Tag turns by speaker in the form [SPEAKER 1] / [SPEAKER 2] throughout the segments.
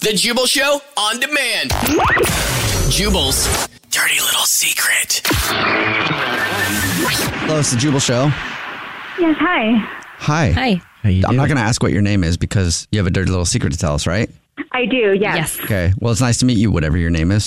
[SPEAKER 1] The Jubal Show on demand. Jubal's dirty little secret.
[SPEAKER 2] Hello, it's the Jubal Show.
[SPEAKER 3] Yes, hi.
[SPEAKER 2] Hi.
[SPEAKER 4] Hi.
[SPEAKER 2] I'm not going to ask what your name is because you have a dirty little secret to tell us, right?
[SPEAKER 3] I do, yes.
[SPEAKER 2] Okay. Well, it's nice to meet you, whatever your name is.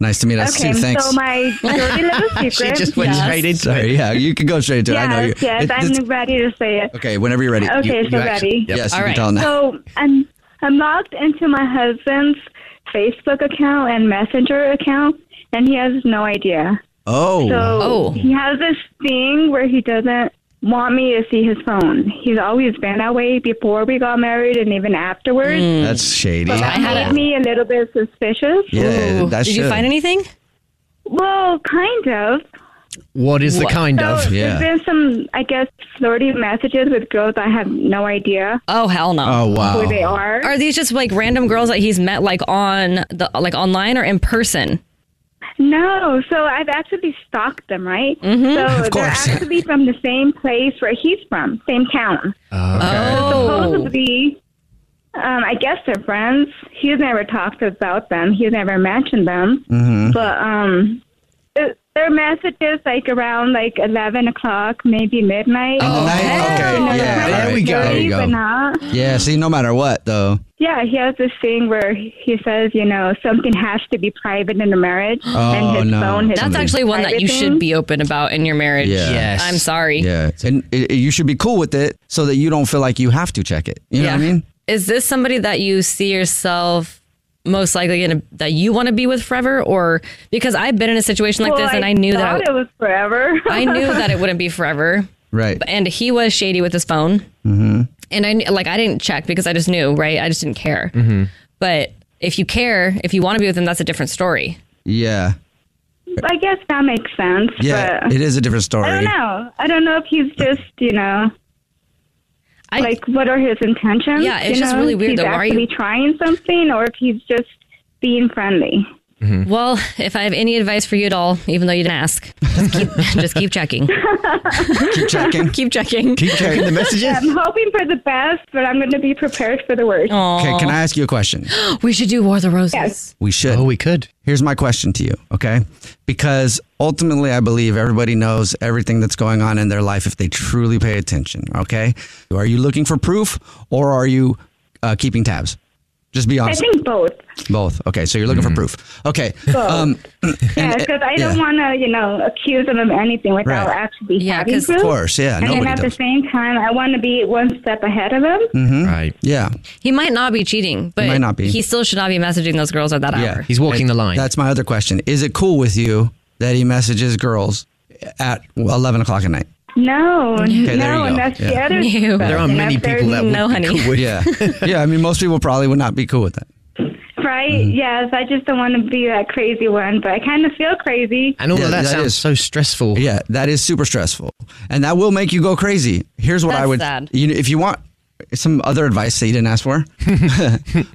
[SPEAKER 2] nice to meet us
[SPEAKER 3] Okay,
[SPEAKER 2] too. Thanks.
[SPEAKER 3] so my dirty little secret.
[SPEAKER 4] She just went
[SPEAKER 3] yes.
[SPEAKER 4] straight into it.
[SPEAKER 2] Sorry. Yeah, you can go straight to it. I know you.
[SPEAKER 3] Yes, yes,
[SPEAKER 2] it- it's-
[SPEAKER 3] I'm ready to say it.
[SPEAKER 2] okay. Whenever you're ready.
[SPEAKER 3] Okay,
[SPEAKER 2] You- you
[SPEAKER 3] so
[SPEAKER 2] actually-
[SPEAKER 3] ready.
[SPEAKER 2] Yes,
[SPEAKER 4] All
[SPEAKER 2] you
[SPEAKER 4] right.
[SPEAKER 2] can tell now.
[SPEAKER 3] So I'm, I'm logged into my husband's Facebook account and Messenger account, and he has no idea.
[SPEAKER 2] oh.
[SPEAKER 3] So
[SPEAKER 4] Oh.
[SPEAKER 3] he has this thing where he doesn't want me to see his phone. He's always been that way before we got married and even afterwards.
[SPEAKER 2] that's shady.
[SPEAKER 3] So that
[SPEAKER 4] had a-
[SPEAKER 3] made me a little bit suspicious.
[SPEAKER 2] yeah,
[SPEAKER 4] Ooh.
[SPEAKER 2] that's
[SPEAKER 4] Did you find anything?
[SPEAKER 3] Well, kind of.
[SPEAKER 5] What is
[SPEAKER 4] What?
[SPEAKER 5] the kind
[SPEAKER 3] So
[SPEAKER 5] of?
[SPEAKER 2] Oh, yeah.
[SPEAKER 3] there's been some, I guess, flirty messages with girls I have no idea
[SPEAKER 4] Oh hell no.
[SPEAKER 2] Oh
[SPEAKER 3] who
[SPEAKER 2] wow.
[SPEAKER 3] they are.
[SPEAKER 4] Are these just like random girls that he's met like on the like online or in person?
[SPEAKER 3] No, so I've actually stalked them, right? So they're
[SPEAKER 2] course.
[SPEAKER 3] actually from the same place where he's from, same town.
[SPEAKER 4] Oh.
[SPEAKER 3] Supposedly, um, I guess they're friends. He's never talked about them. He's never mentioned them.
[SPEAKER 2] Mm-hmm.
[SPEAKER 3] But um, it, their messages like around like eleven o'clock, maybe midnight.
[SPEAKER 2] In the night?
[SPEAKER 3] You
[SPEAKER 2] Oh, Okay.
[SPEAKER 3] know, they're
[SPEAKER 2] Yeah.
[SPEAKER 3] kind of
[SPEAKER 2] all
[SPEAKER 5] There we go.
[SPEAKER 2] There
[SPEAKER 3] flirty,
[SPEAKER 2] you
[SPEAKER 3] but
[SPEAKER 2] go.
[SPEAKER 3] not.
[SPEAKER 2] Yeah. See, no matter what, though.
[SPEAKER 3] Yeah, he has this thing where he says, you know, something has to be private in a marriage, and his
[SPEAKER 2] Oh, no.
[SPEAKER 3] phone. His
[SPEAKER 4] That's actually one that you should be open about in your marriage.
[SPEAKER 2] Yeah.
[SPEAKER 5] Yes.
[SPEAKER 4] I'm sorry.
[SPEAKER 2] Yeah. And it, it- you should be cool with it so that you don't feel like you have to check it. You know what I mean?
[SPEAKER 4] Is this somebody that you see yourself most likely gonna that you want to be with forever, or because I've been in a situation like
[SPEAKER 3] Well,
[SPEAKER 4] this and I knew
[SPEAKER 3] thought
[SPEAKER 4] that
[SPEAKER 3] it was forever.
[SPEAKER 4] I, I knew that it wouldn't be forever,
[SPEAKER 2] Right.
[SPEAKER 4] and he was shady with his phone, mm-hmm. and I kn- like I didn't check because I just knew, right? I just didn't care.
[SPEAKER 5] Mm-hmm.
[SPEAKER 4] But if you care, if you want to be with him, that's a different story.
[SPEAKER 2] Yeah.
[SPEAKER 3] I guess that makes sense.
[SPEAKER 2] Yeah.
[SPEAKER 3] but
[SPEAKER 2] It Uh, is a different story.
[SPEAKER 3] I don't know. I don't know if he's just you know.
[SPEAKER 4] I-
[SPEAKER 3] like, what are his intentions?
[SPEAKER 4] Yeah, it's
[SPEAKER 3] you
[SPEAKER 4] just
[SPEAKER 3] know?
[SPEAKER 4] really weird,
[SPEAKER 3] He's
[SPEAKER 4] though. Why are you-
[SPEAKER 3] actually trying something, or if he's just being friendly.
[SPEAKER 5] Mm.
[SPEAKER 4] Well, if I have any advice for you at all, even though you didn't ask, just keep, just keep checking.
[SPEAKER 2] Keep checking.
[SPEAKER 4] Keep checking.
[SPEAKER 5] Keep checking the messages.
[SPEAKER 3] I'm hoping for the best, but I'm going to be prepared for the worst.
[SPEAKER 2] Okay, can I ask you a question?
[SPEAKER 4] We should do War of the Roses.
[SPEAKER 3] Yes.
[SPEAKER 2] We should.
[SPEAKER 5] Oh, we could.
[SPEAKER 2] Here's my question to you, okay? Because ultimately, I believe everybody knows everything that's going on in their life if they truly pay attention, okay? Are you looking for proof or are you uh, keeping tabs? Just be
[SPEAKER 3] I
[SPEAKER 2] honest.
[SPEAKER 3] think both.
[SPEAKER 2] Both. Okay, so you're looking for
[SPEAKER 5] Mm-hmm.
[SPEAKER 2] proof. Okay. Um,
[SPEAKER 3] Yeah, because I don't want to, you know, accuse them of anything without
[SPEAKER 2] Right.
[SPEAKER 3] actually
[SPEAKER 4] Yeah,
[SPEAKER 3] having
[SPEAKER 4] 'cause-
[SPEAKER 3] proof.
[SPEAKER 2] of course, yeah.
[SPEAKER 3] And then
[SPEAKER 2] Nobody
[SPEAKER 3] at
[SPEAKER 2] does. Mm.
[SPEAKER 3] the same time, I want to be one step ahead of them.
[SPEAKER 5] Right.
[SPEAKER 2] yeah,
[SPEAKER 4] He might not be cheating, but
[SPEAKER 2] might not be.
[SPEAKER 4] he still should not be messaging those girls at that
[SPEAKER 2] Yeah.
[SPEAKER 4] hour.
[SPEAKER 5] He's walking the line.
[SPEAKER 2] that's my other question. Is it cool with you that he messages girls at 11 o'clock at night?
[SPEAKER 3] No,
[SPEAKER 2] Mm. there you
[SPEAKER 3] no,
[SPEAKER 2] go.
[SPEAKER 3] and that's the
[SPEAKER 2] Yeah.
[SPEAKER 3] other.
[SPEAKER 4] Ew.
[SPEAKER 3] stuff,
[SPEAKER 5] there are
[SPEAKER 3] and
[SPEAKER 5] many
[SPEAKER 3] that's
[SPEAKER 5] people that
[SPEAKER 3] very-
[SPEAKER 5] would
[SPEAKER 4] No,
[SPEAKER 5] be
[SPEAKER 4] honey.
[SPEAKER 5] cool with-
[SPEAKER 2] Yeah. yeah, I mean, most people probably would not be cool with that.
[SPEAKER 3] right?
[SPEAKER 2] Mm.
[SPEAKER 3] Yes, I just don't want to be that crazy one, but I kind of feel crazy.
[SPEAKER 5] And all
[SPEAKER 2] Yeah,
[SPEAKER 5] of that,
[SPEAKER 2] that
[SPEAKER 5] sounds
[SPEAKER 2] is-
[SPEAKER 5] so stressful.
[SPEAKER 2] Yeah, that is super stressful, and that will make you go crazy. Here's what I
[SPEAKER 4] That's
[SPEAKER 2] would,
[SPEAKER 4] sad.
[SPEAKER 2] you know, if you want some other advice that you didn't ask for.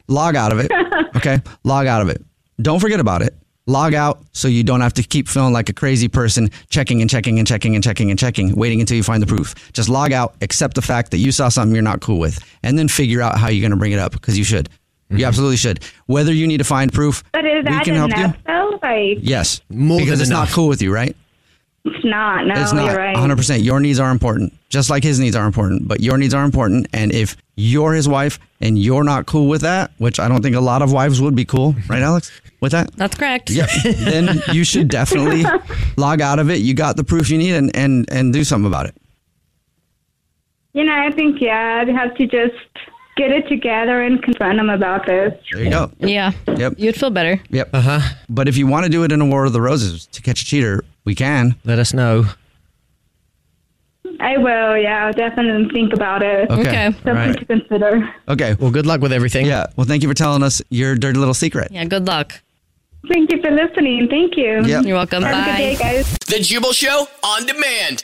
[SPEAKER 2] Log out of it. Okay. Log out of it. Don't forget about it. Log out so you don't have to keep feeling like a crazy person checking and checking and checking and checking and checking, waiting until you find the proof. Just log out, accept the fact that you saw something you're not cool with, and then figure out how you're going to bring it up because you should. You
[SPEAKER 5] Mm-hmm.
[SPEAKER 2] absolutely should. Whether you need to find proof,
[SPEAKER 3] But is
[SPEAKER 2] we
[SPEAKER 3] that
[SPEAKER 2] can help you.
[SPEAKER 3] enough though? Like
[SPEAKER 2] Yes.
[SPEAKER 5] More
[SPEAKER 2] because
[SPEAKER 5] than
[SPEAKER 2] it's
[SPEAKER 5] enough.
[SPEAKER 2] not cool with you, right?
[SPEAKER 3] it's not. No,
[SPEAKER 2] it's not
[SPEAKER 3] Oh, you're right.
[SPEAKER 2] 100% your needs are important just like his needs are important but your needs are important and if you're his wife and you're not cool with that which i don't think a lot of wives would be cool right alex with that
[SPEAKER 4] That's correct.
[SPEAKER 2] yeah then you should definitely log out of it you got the proof you need and and and do something about it
[SPEAKER 3] You know, I think yeah, I'd have to just get it together and confront him about this.
[SPEAKER 2] there you go
[SPEAKER 4] Yeah.
[SPEAKER 2] Yep.
[SPEAKER 4] You'd feel better.
[SPEAKER 2] yep uh-huh but if you want to do it in a war of the roses to catch a cheater we can
[SPEAKER 5] Let us know.
[SPEAKER 3] I will. Yeah, I'll definitely think about it.
[SPEAKER 2] okay
[SPEAKER 4] Okay.
[SPEAKER 2] all
[SPEAKER 3] Something
[SPEAKER 2] right
[SPEAKER 3] to consider.
[SPEAKER 2] okay well,
[SPEAKER 5] Well, good luck with everything.
[SPEAKER 2] yeah well thank you for telling us your dirty little secret
[SPEAKER 4] Yeah. Good luck.
[SPEAKER 3] Thank you for listening. Thank you.
[SPEAKER 2] Yep.
[SPEAKER 4] You're welcome.
[SPEAKER 3] Have a good
[SPEAKER 4] Bye.
[SPEAKER 3] day, guys.
[SPEAKER 1] The Jubal Show on demand.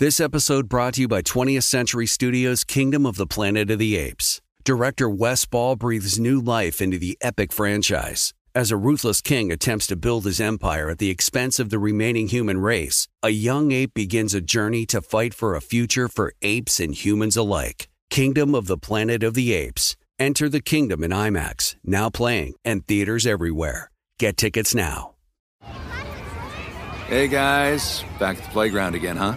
[SPEAKER 6] This episode brought to you by 20th Century Studios' Kingdom of the Planet of the Apes. Director Wes Ball breathes new life into the epic franchise. As a ruthless king attempts to build his empire at the expense of the remaining human race, a young ape begins a journey to fight for a future for apes and humans alike. Kingdom of the Planet of the Apes. Enter the kingdom in IMAX, now playing, and theaters everywhere. Get tickets now.
[SPEAKER 7] Hey guys, back at the playground again, huh?